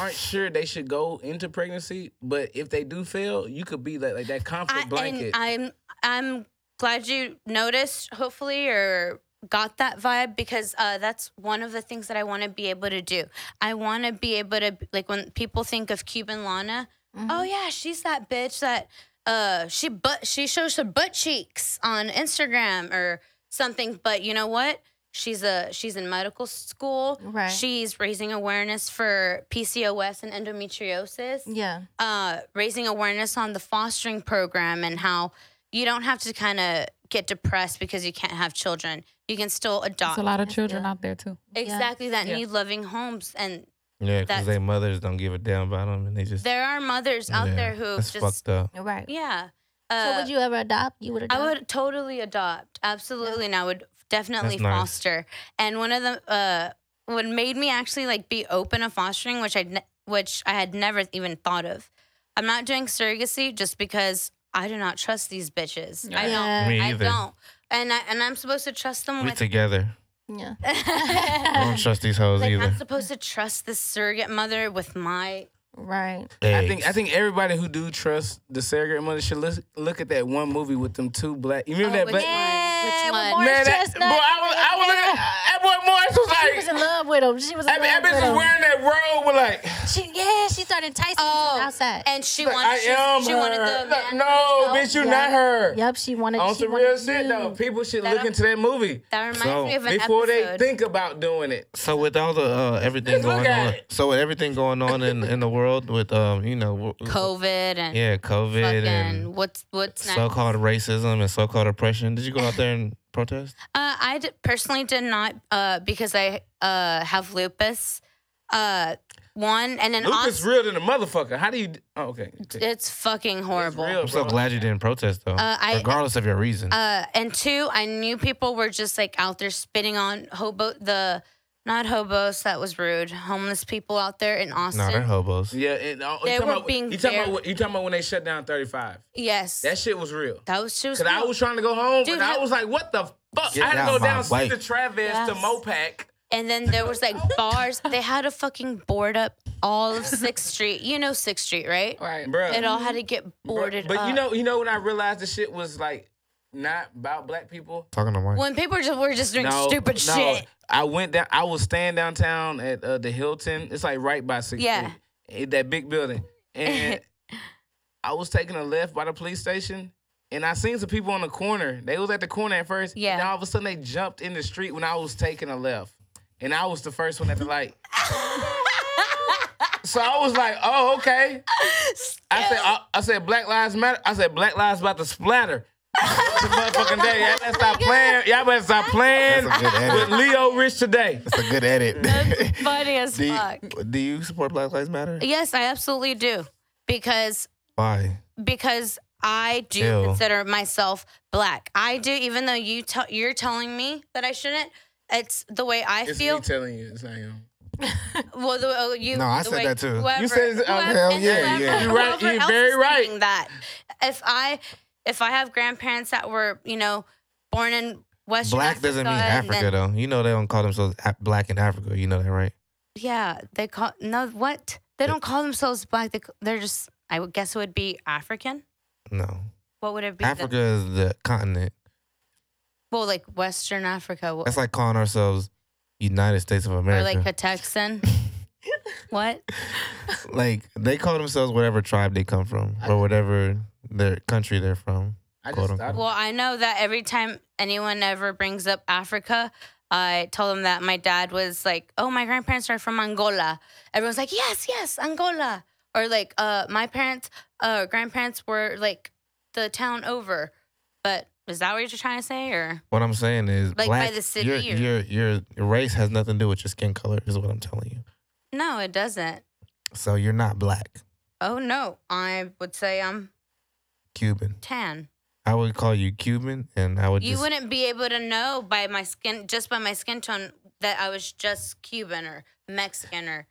E: aren't sure they should go into pregnancy, but if they do fail, you could be like, like that comfort
B: I, and
E: blanket.
B: I'm I'm glad you noticed, hopefully, or got that vibe because uh, that's one of the things that I want to be able to do. I want to be able to like when people think of Cuban Lana. Oh
D: Mm-hmm.
B: yeah, she's that bitch that uh she but she shows her butt cheeks on Instagram or something. But you know what? She's a she's in medical school.
D: Right.
B: She's raising awareness for PCOS and endometriosis
D: Yeah.
B: uh, raising awareness on the fostering program and how you don't have to kind of get depressed because you can't have children. You can still adopt.
C: There's a lot of
D: Yes,
C: children
D: yeah.
C: out there too.
B: exactly that
E: Yeah.
B: need loving homes, and
A: Yeah, because
B: That's-
A: their mothers don't give a damn about them, and they just
B: there are mothers out
A: Yeah,
B: there who
A: that's
B: just
A: fucked up.
D: Right.
B: yeah. Uh,
D: so would you ever adopt? You would adopt.
B: I would totally adopt, absolutely, and I would definitely
A: That's nice.
B: foster. And one of the uh, what made me actually like be open to fostering, which I ne- which I had never even thought of. I'm not doing surrogacy just because I do not trust these bitches. I don't.
D: Yeah.
A: Me
B: I
A: either.
B: don't. And I and I'm supposed to trust them
A: We
B: *laughs* with
A: together.
D: Yeah.
A: I don't
B: like
A: trust these hoes either.
B: I'm supposed to trust this surrogate mother with my
D: Right.
E: I think I
A: Eggs.
E: think everybody who do trust the surrogate mother should look, look at that one movie with them two black. You remember
B: Oh, with
E: that black?
B: Morris Which
D: with
B: one?
D: Morris
E: Man, that, boy,
D: Chestnut.
E: I was, I was looking at that boy Morris was
D: she
E: like,
D: was in love with him. She was in
E: that, that
D: love
E: bitch was
D: with him.
E: wearing that robe with like,
D: She, yeah, she started enticing
B: Oh,
D: him outside.
B: and she
E: like,
B: wanted
E: I
B: she,
E: am
B: she
E: her.
B: wanted the
E: Like,
B: man
E: no,
B: herself.
E: bitch, you
D: Yeah.
E: not her.
D: yep, she wanted.
E: On
D: she
E: some
D: wanted
E: real shit
D: you.
E: though, people should
B: That
E: look
B: I'm-
E: into that movie
B: That reminds
A: So,
B: me of an
E: before
B: episode.
E: they think about doing it.
A: So with all the uh, everything
E: Let's look
A: going
E: at
A: on,
E: it.
A: so with everything going on in, in the world with um you know w-
B: COVID and
A: yeah COVID
B: fucking
A: and
B: what's what's next.
A: so-called racism and so-called oppression, did you go out there and protest?
B: Uh, I d- personally did not uh, because I uh, have lupus. Uh, one and then
E: Lupus
B: also,
E: real than a motherfucker. How do you? Oh, okay.
B: it's fucking horrible.
E: real.
A: I'm so
E: bro.
A: glad you didn't protest though,
B: Uh, I-
A: regardless of your reason.
B: Uh, and two, I knew people were just like out there spitting on hobo the not hobos that was rude homeless people out there in Austin.
A: nah, they're hobos.
E: Yeah, and, uh,
B: They
E: you talking
B: were
E: about,
B: being
E: you talking
B: very-
E: about when- you talking about when they shut down 35.
B: yes,
E: That shit was real.
B: that was she was.
E: Cause I
B: real.
E: was trying to go home,
B: Dude,
E: and I
B: how-
E: was like, "What the fuck?"
A: Get
E: I had to
A: out
E: go
A: my
E: down
A: way.
E: Sister Travis to
B: Yes.
E: Mopac.
B: and then there was
E: *laughs*
B: like bars. They had to fucking board up all of Sixth Street. You know Sixth Street, right?
C: Right.
E: Bruh.
B: It all had to get boarded
E: but
B: up.
E: you know, you know when I realized the shit was like not about black people.
A: Talking to Mike.
B: when people just were just doing stupid
E: no. *laughs*
B: shit. *laughs*
E: I went down. I was staying downtown at uh, the Hilton. It's like right by six.
B: Yeah.
E: that big building,
B: *laughs*
E: and I was taking a left by the police station. And I seen some people on the corner. They was at the corner at first.
B: Yeah.
E: And then all of a sudden they jumped in the street when I was taking a left. And I was the first one at the light. so I was like, oh, okay. I said, uh, I, I said, Black Lives Matter. I said, Black Lives about to splatter. the motherfucking day. Y'all
B: *laughs*
E: better
B: Oh
E: stop playing. Y'all better stop playing
A: That's a good edit.
E: with Leo Rich today.
A: That's a good edit. *laughs*
B: That's funny as
A: do,
B: fuck.
A: you, do you support Black Lives Matter?
B: Yes, I absolutely do because
A: Why?
B: because I do
A: Ew.
B: consider myself black. I do, even though you tell you're telling me that I shouldn't. It's the way I
E: It's
B: feel.
E: me telling you. It's not him.
B: Well, the, oh, you.
A: No, I
B: the
A: said
B: way-
A: that too. You
B: Whoever,
E: said it- oh,
B: whoever-
A: hell
B: and
A: yeah,
B: whoever-
A: yeah.
E: You're right.
B: whoever
E: You're
B: else
E: very
B: is
E: right.
B: thinking That if I if I have grandparents that were you know born in West
A: Black doesn't mean Africa though. You know they don't call themselves a- black in Africa. You know that, right?
B: Yeah, they call no what they don't call themselves black. They, they're just I would guess it would be African.
A: No.
B: What would it be?
A: Africa is the continent.
B: The, well, like Western Africa.
A: That's like calling ourselves United States of America.
B: Or like a Texan. what?
A: *laughs* like they call themselves whatever tribe they come from or whatever their country they're from.
E: I
A: Quote,
E: just thought
A: unquote.
B: Well, I know that every time anyone ever brings up Africa, I tell them that my dad was like, "Oh, my grandparents are from Angola." Everyone's like, "Yes, yes, Angola." Or like, uh, my parents, uh, grandparents were like the town over. But is that what you're trying to say? Or
A: What I'm saying is
B: by
A: black,
B: the city
A: your,
B: or-
A: your your race has nothing to do with your skin color is what I'm telling you.
B: no, it doesn't.
A: So you're not black,
B: Oh no, I would say I'm
A: Cuban.
B: tan.
A: I would call you Cuban, and I would
B: You
A: just
B: wouldn't be able to know by my skin, just by my skin tone, that I was just Cuban or Mexican or.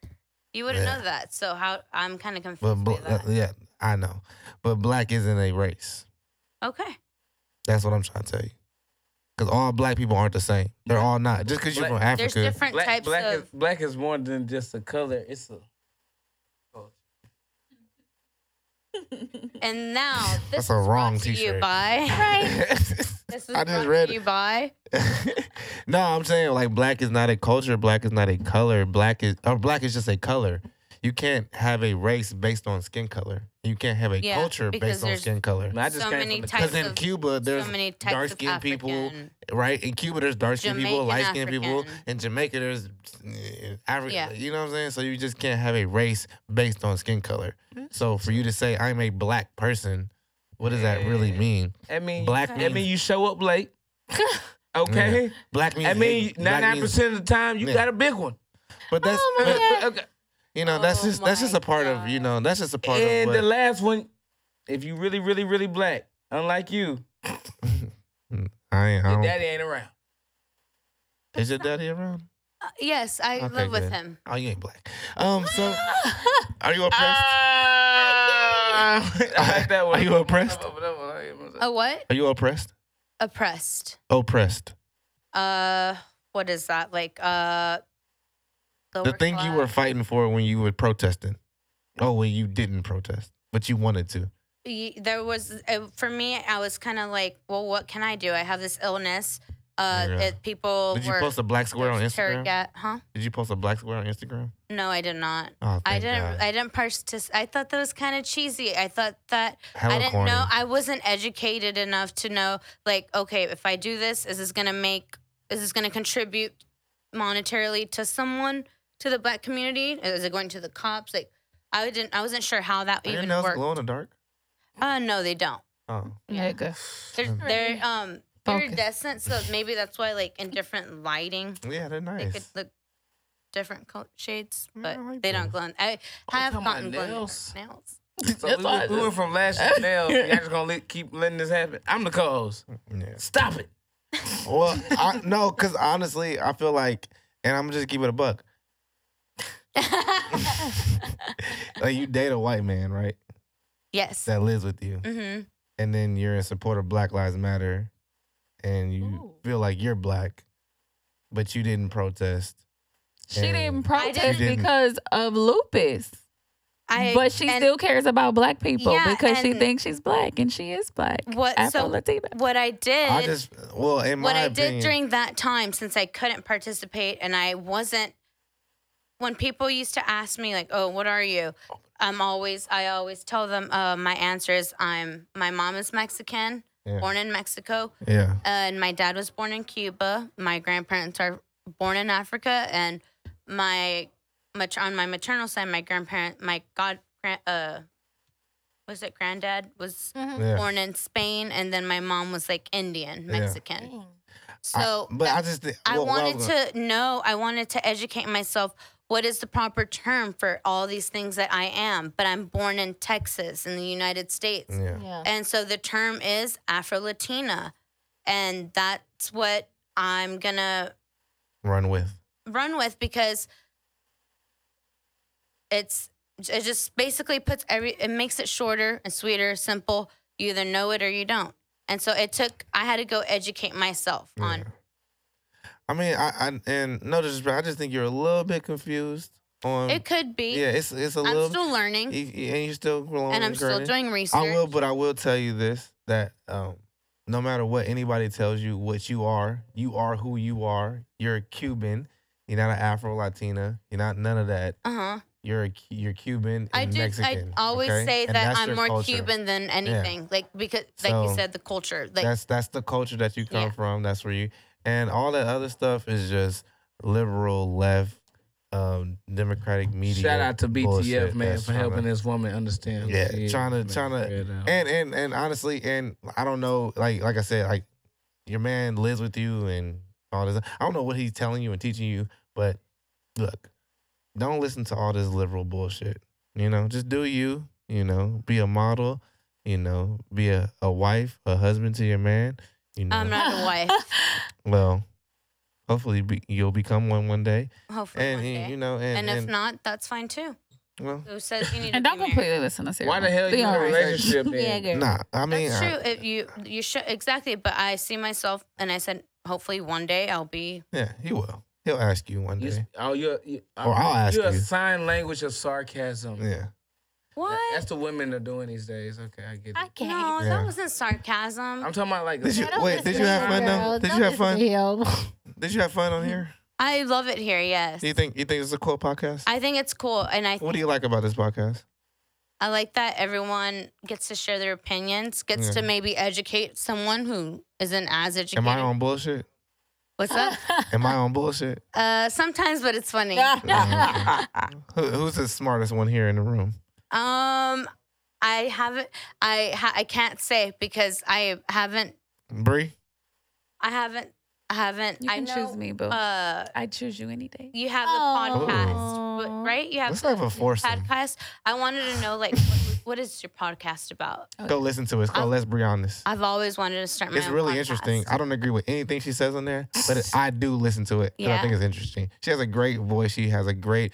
B: You wouldn't
A: Yeah.
B: know that. So how I'm kind of
A: But
B: confused.
A: bl-
B: by that.
A: uh, yeah, I know. But black isn't a race.
B: Okay.
A: That's what I'm trying to tell you. Because all black people aren't the same. They're all not. Just because you're
E: Black-
A: from
B: There's
A: Africa,
B: different
E: Black,
B: types
E: black,
B: of.
E: is, black is more than just a color. It's a
B: and now
A: *laughs*
B: this
A: That's a
B: is
A: wrong
B: brought to you
A: t-shirt.
B: by.
A: *laughs*
B: *laughs*
D: Right.
B: This is
A: I just
B: brought
A: read
B: to
A: it.
B: you by.
A: *laughs* no, I'm saying like black is not a culture. Black is not a color. Black is or black is just a color. You can't have a race based on skin color. You can't have a
B: Yeah,
A: culture
B: because
A: based on
B: there's-
A: skin color.
E: I just
B: So
E: came
B: many
E: from the-
B: types
A: Because in
B: of-
A: Cuba, there's
B: so many types
A: dark
B: of
A: skinned people,
B: African.
A: right? In Cuba, there's dark skinned people,
B: Jamaican,
A: light skinned people.
B: African.
A: In Jamaica, there's African.
B: Yeah.
A: You know what I'm saying? So you just can't have a race based on skin color. So for you to say I'm a black person, what does that really
E: Yeah.
A: mean?
E: I mean,
A: Black
E: I
A: means-
E: mean, you show
B: *laughs*
E: up late. Okay.
A: Black means
E: I mean,
A: hate. Black
E: ninety nine
A: means-
E: percent of the time, you
A: Yeah.
E: got a
A: *laughs*
E: big one.
A: But that's
D: Oh my
A: but-
D: God.
E: Okay.
A: you know that's
B: Oh
A: just that's
B: my
A: just a part of you know that's just a part
E: And the
A: of what,
E: last one, if you really, really, really black, unlike you,
A: I, ain't- I
E: your
A: don't-
E: daddy ain't *laughs* around.
A: is your daddy around?
B: Uh, yes, I
A: Okay,
B: live with
A: good.
B: him.
A: Oh, you ain't black. Um,
B: *laughs*
A: so are you oppressed?
B: Ah,
E: I like that
A: *laughs*
E: one.
A: Are you oppressed?
B: A what?
A: Are you oppressed?
B: Oppressed.
A: Oppressed.
B: Uh, what is that like? Uh, Oh
A: The thing you were fighting for when you were protesting. Oh, when you didn't protest, but you wanted to.
B: y- there was uh, for me i was kind of like well what can i do i have this illness uh
A: Yeah.
B: it, people
A: Did you
B: were
A: post a black square on
B: there was terror
A: Instagram?
B: ga- huh
A: Did you post a black square on Instagram?
B: no i did not
A: Oh,
B: I
A: thank
B: didn't.
A: God.
B: I didn't participate. I thought that was kind of cheesy. I thought that
A: Hella
B: I didn't
A: corny.
B: know. I wasn't educated enough to know. Like, okay, if I do this, is this gonna make? Is this gonna contribute monetarily to someone to the black community? Is it going to the cops? Like, I didn't. I wasn't sure how that
A: Are your
B: even
A: nails
B: worked.
A: glow in the dark?
B: Uh, no, they don't.
A: Oh.
C: Yeah, good.
B: They're
D: Right.
B: they're um
C: Focus.
B: iridescent, so maybe that's why like in different lighting
A: Yeah, they're
B: they could
A: nice.
B: look different col- shades,
A: Yeah,
C: Mm,
B: but
A: I like
B: they don't
A: those.
B: glow. in- I
A: Oh,
B: have
E: talking about
B: gotten glow in the
E: nails?
B: dark nails.
E: So we, went- we went from
A: *laughs*
E: last year to now. Y'all just gonna let, keep letting this happen. I'm the co-host.
A: Yeah.
E: Stop it.
A: Well, I, no, because honestly, I feel like, and I'm just keep it a
B: *laughs*
A: buck. Like you date a white man, right,
B: yes.
A: that lives with you,
B: Mm-hmm.
A: and then you're in support of Black Lives Matter, and you
D: Ooh.
A: feel like you're black, but you didn't protest.
C: She
A: Yeah.
C: didn't
B: I didn't-
C: protest
A: She didn't.
C: because of lupus,
B: I
C: but she
B: and
C: still cares about black people
B: Yeah,
C: because she
B: and-
C: thinks she's black and she is black.
B: What- so-
C: Afro Latina?
B: what I did.
A: I just, well, in
B: what
A: my
B: I
A: opinion,
B: did during that time, since I couldn't participate and I wasn't, when people used to ask me like, "Oh, what are you?" I'm always, I always tell them, uh, my answer is, "I'm my mom is Mexican,
A: Yeah.
B: born in Mexico,
A: yeah,
B: and my dad was born in Cuba. My grandparents are born in Africa, and my much on my maternal side, my grandparent, my god, gran- uh, was it granddad was
D: Mm-hmm.
A: yeah.
B: born in Spain, and then my mom was like Indian,
A: Yeah.
B: Mexican.
A: I-
B: So
A: but I just, thi-
B: I
A: well, well,
B: wanted to know, I wanted to educate myself. What is the proper term for all these things that I am? But I'm born in Texas, in the United States.
A: Yeah.
D: Yeah.
B: And so the term is Afro Latina. And that's what I'm going to
A: run with.
B: run with because it's it just basically puts every it makes it shorter and sweeter, simple. You either know it or you don't. And so it took I had to go educate myself
A: Yeah.
B: on
A: I mean, I, I and no disrespect, I just think you're a little bit confused on.
B: it could be
A: yeah, it's it's a
B: I'm
A: little.
B: still learning
A: you- you- and you're still growing
B: and I'm still
A: growing.
B: doing research.
A: I will, but I will tell you this: that um, no matter what anybody tells you, what you are, you are who you are. You're a Cuban. You're not an Afro Latina. You're not none of that.
B: Uh huh.
A: You're a, Cu- you're Cuban and
B: I do.
A: Mexican.
B: I always
A: okay?
B: say
A: And
B: that
A: that's
B: I'm
A: your
B: more
A: culture.
B: Cuban than anything. Like because, like
A: So,
B: you said, the culture. Like
A: that's that's the culture that you come
B: Yeah.
A: from. That's where you and all that other stuff is just liberal left, um, democratic media.
E: Shout out to BTF
A: bullshit
E: man
A: that's
E: for
A: tryna-
E: helping this woman understand.
A: Yeah,
E: what she is,
A: tryna-
E: man,
A: tryna-
E: figure it out.
A: And and and honestly, and I don't know, like like I said, like your man lives with you and all this. I don't know what he's telling you and teaching you, but look, don't listen to all this liberal bullshit. You know, just do you. You know, be a model. You know, be a, a wife, a husband to your man. You know,
B: I'm
A: *laughs*
B: not a wife.
A: well, hopefully be, you'll become one one day.
B: Hopefully
A: And,
B: one
A: and,
B: day.
A: you know, and,
B: and, if
A: and-
B: not, that's fine too.
A: well,
B: Who says you need
C: And
B: to
C: don't
B: be married?
C: completely listen to Sarah.
E: Why the hell
C: Do
E: you in
C: your
E: a
C: research.
E: relationship
D: yeah,
E: then?
D: girl.
A: nah. I mean,
B: That's
A: I-
B: true. If you you should exactly, but I see myself, and I said, hopefully one day I'll be.
A: yeah, he will. He'll ask you one
E: You,
A: day.
E: oh, you're, you,
A: Or I'll ask
E: you're a
A: you.
E: sign language of sarcasm.
A: Yeah.
B: What?
E: That's the women are doing these days. Okay, I get
D: I
E: it.
D: can't.
B: No,
A: Yeah.
B: that wasn't sarcasm.
E: I'm talking about like
A: Did you-
D: Don't
A: Wait, did
D: listen
A: you
D: to
A: have
D: him,
A: fun though?
D: girl.
A: Did you
D: Don't
A: have
D: listen to him.
A: Did you have fun
B: Mm-hmm.
A: on here?
B: I love it here. Yes,
A: Do you think you think it's a cool podcast?
B: I think it's cool, and I
A: What do you like about this podcast?
B: I like that everyone gets to share their opinions, gets
A: Yeah.
B: to maybe educate someone who isn't as educated.
A: Am I on bullshit? *laughs*
B: What's up?
E: *laughs*
D: *laughs*
A: Am I on bullshit?
B: *laughs*
A: Mm,
B: uh, sometimes, but it's funny.
A: Ah. Who, who's the smartest one here in the room?
B: Um, I haven't. I ha- I can't say because I haven't.
A: Bree?
B: I haven't. I haven't.
C: You
B: I
C: can
B: know,
C: choose me, boo.
B: Uh,
C: I choose you any day.
B: you have the
D: Oh.
B: podcast, but- right? You have
A: Let's
B: the
A: have a foursome.
B: podcast. I wanted to know,
C: *laughs*
B: like, what, what is your podcast about?
A: Go listen to it. It's called Let's Be Honest.
B: I've always wanted to start. My
A: It's
B: own
A: really
B: podcast.
A: interesting. I don't agree with anything she says on there, but
B: *laughs*
A: it- I do listen to it. 'cause I
B: Yeah.
A: think it's interesting. She has a great voice. She has a great.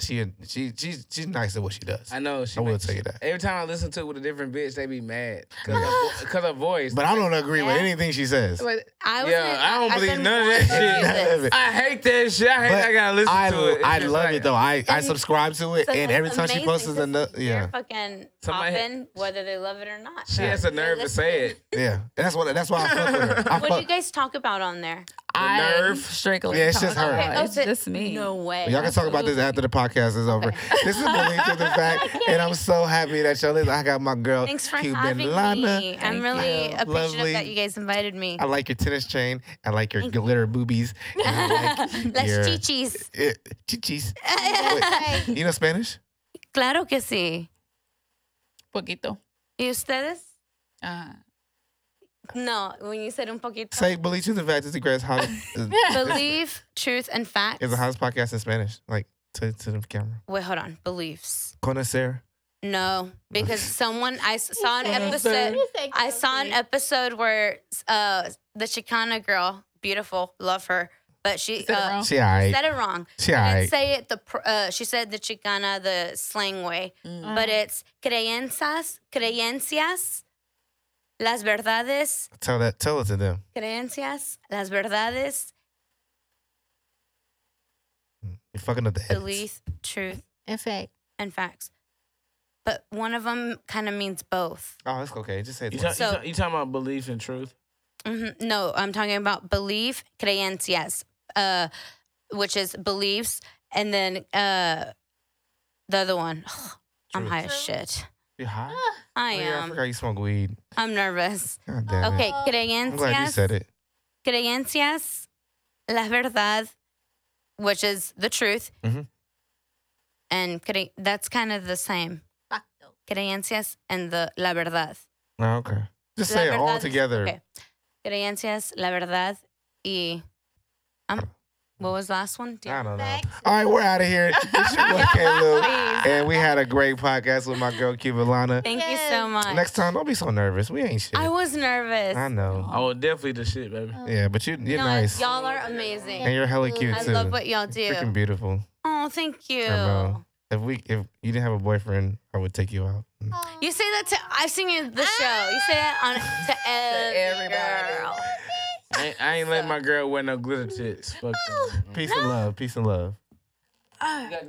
A: She she she's she's nice at what she does.
E: I know. She
A: I will
E: makes-
A: tell you that.
E: Every time I listen to it with a different bitch, they be mad because her, voice.
A: But I don't agree with anything she says. *laughs*
B: I was.
E: yeah, I don't believe none of
A: wanting to
E: that
A: do
E: shit.
A: this.
E: I hate that shit. I hate.
A: But
E: I gotta listen
A: I,
E: to it. It's
A: I
E: just
A: love
E: like-
A: it though. I, I
B: And
A: subscribe to it, and every time she posts another, *laughs* yeah,
B: fucking
E: Somebody-
B: popping, whether they love it or
A: *laughs*
B: not.
E: She has the nerve to say it.
A: yeah. That's what. That's why I fuck with her. I
B: What do you
A: fuck,
B: guys talk about on there?
C: I
E: nerve.
C: strictly.
A: Yeah, it's just
C: talk
A: her.
C: about-
B: oh,
C: It's
B: so-
C: just me.
B: No way.
A: Y'all can talk about this after the podcast is over. This is Believe
B: *laughs*
A: to the Fact, and I'm so happy that y'all is. I got my girl
B: Thanks for
A: Cuban
B: having
A: Lana.
B: me. I'm
C: Thank
B: really
C: you.
B: appreciative
A: Lovely.
B: that you guys invited me.
A: I like your tennis chain. I like your glitter boobies. And I
B: *laughs*
A: like
B: Las
A: your
B: chichis.
A: eh, chichis. Wait,
D: É,
A: you know
B: *laughs*
A: Spanish?
B: Claro que sí.
C: Poquito.
B: ¿Y ustedes?
C: Uh,
B: No, when you said un poquito.
A: Say Believe to the Fact is the greatest hot.
B: *laughs* Believe, truth, and facts.
A: is the hottest podcast in Spanish. Like to to the camera.
B: Wait, hold on. Beliefs.
A: Conocer.
B: No,
A: *laughs*
B: because someone I s- saw an episode.
D: You say
B: I saw an
D: guilty.
B: episode where uh, the Chicana girl, beautiful, love her, but she
C: Said it
B: uh,
C: wrong.
A: She alright.
B: said it wrong.
A: She
B: I
A: alright.
B: didn't say it the pr- uh, she said the Chicana the slang way,
C: Mm.
B: but it's creencias, creencias, las verdades,
A: Tell that. Tell it to them.
B: creencias, las verdades,
A: You're fucking up the edits.
B: belief, truth,
D: In fact,
B: and facts. But one of them kind of means both.
A: Oh, that's okay. Just say
E: You,
A: it.
E: ta- you
A: once.
B: So-
E: ta- you talking about belief and truth?
B: hmm No, I'm talking about belief, creencias, uh, which is beliefs, and then uh, the other one. I'm
A: Truth.
B: high as shit.
A: You high?
B: I
A: Oh, yeah, I
B: am.
A: forgot you smoke weed.
B: I'm nervous.
A: God damn
B: Okay,
A: it. I'm glad you
B: creencias,
A: said it.
B: creencias, la verdad, which is the truth,
A: Mhm.
B: and cre- that's kind of the same.
D: fuck though.
B: Creencias and the la verdad.
A: No, okay. Just
B: La
A: say it all
B: verdad-
A: together.
B: Okay. Creencias, la verdad, y. Um, what was the last one? Do you-
A: I don't know. All right, we're out of
B: *laughs*
A: here. It's your boy Caleb, and we had a great podcast with my girl Cuba Lana.
B: Thank
D: Yes.
B: you so much.
A: Next time, don't be so nervous. We ain't shit.
B: I was nervous.
A: I know.
E: Oh, definitely the shit, baby.
A: Yeah, but you, you're
B: No,
A: nice,
B: Y'all are amazing.
A: and you're hella cute
B: I
A: too.
B: love what y'all
A: You're freaking
B: do.
A: beautiful.
B: Oh, thank you.
A: know. If we, if you didn't have a boyfriend, I would take you out.
B: You say that to I've seen you the show. You say that on to every
E: everybody.
B: girl.
E: I ain't, I ain't let my girl wear no glitter tits. Fuck that.
A: Peace and love. Peace and love.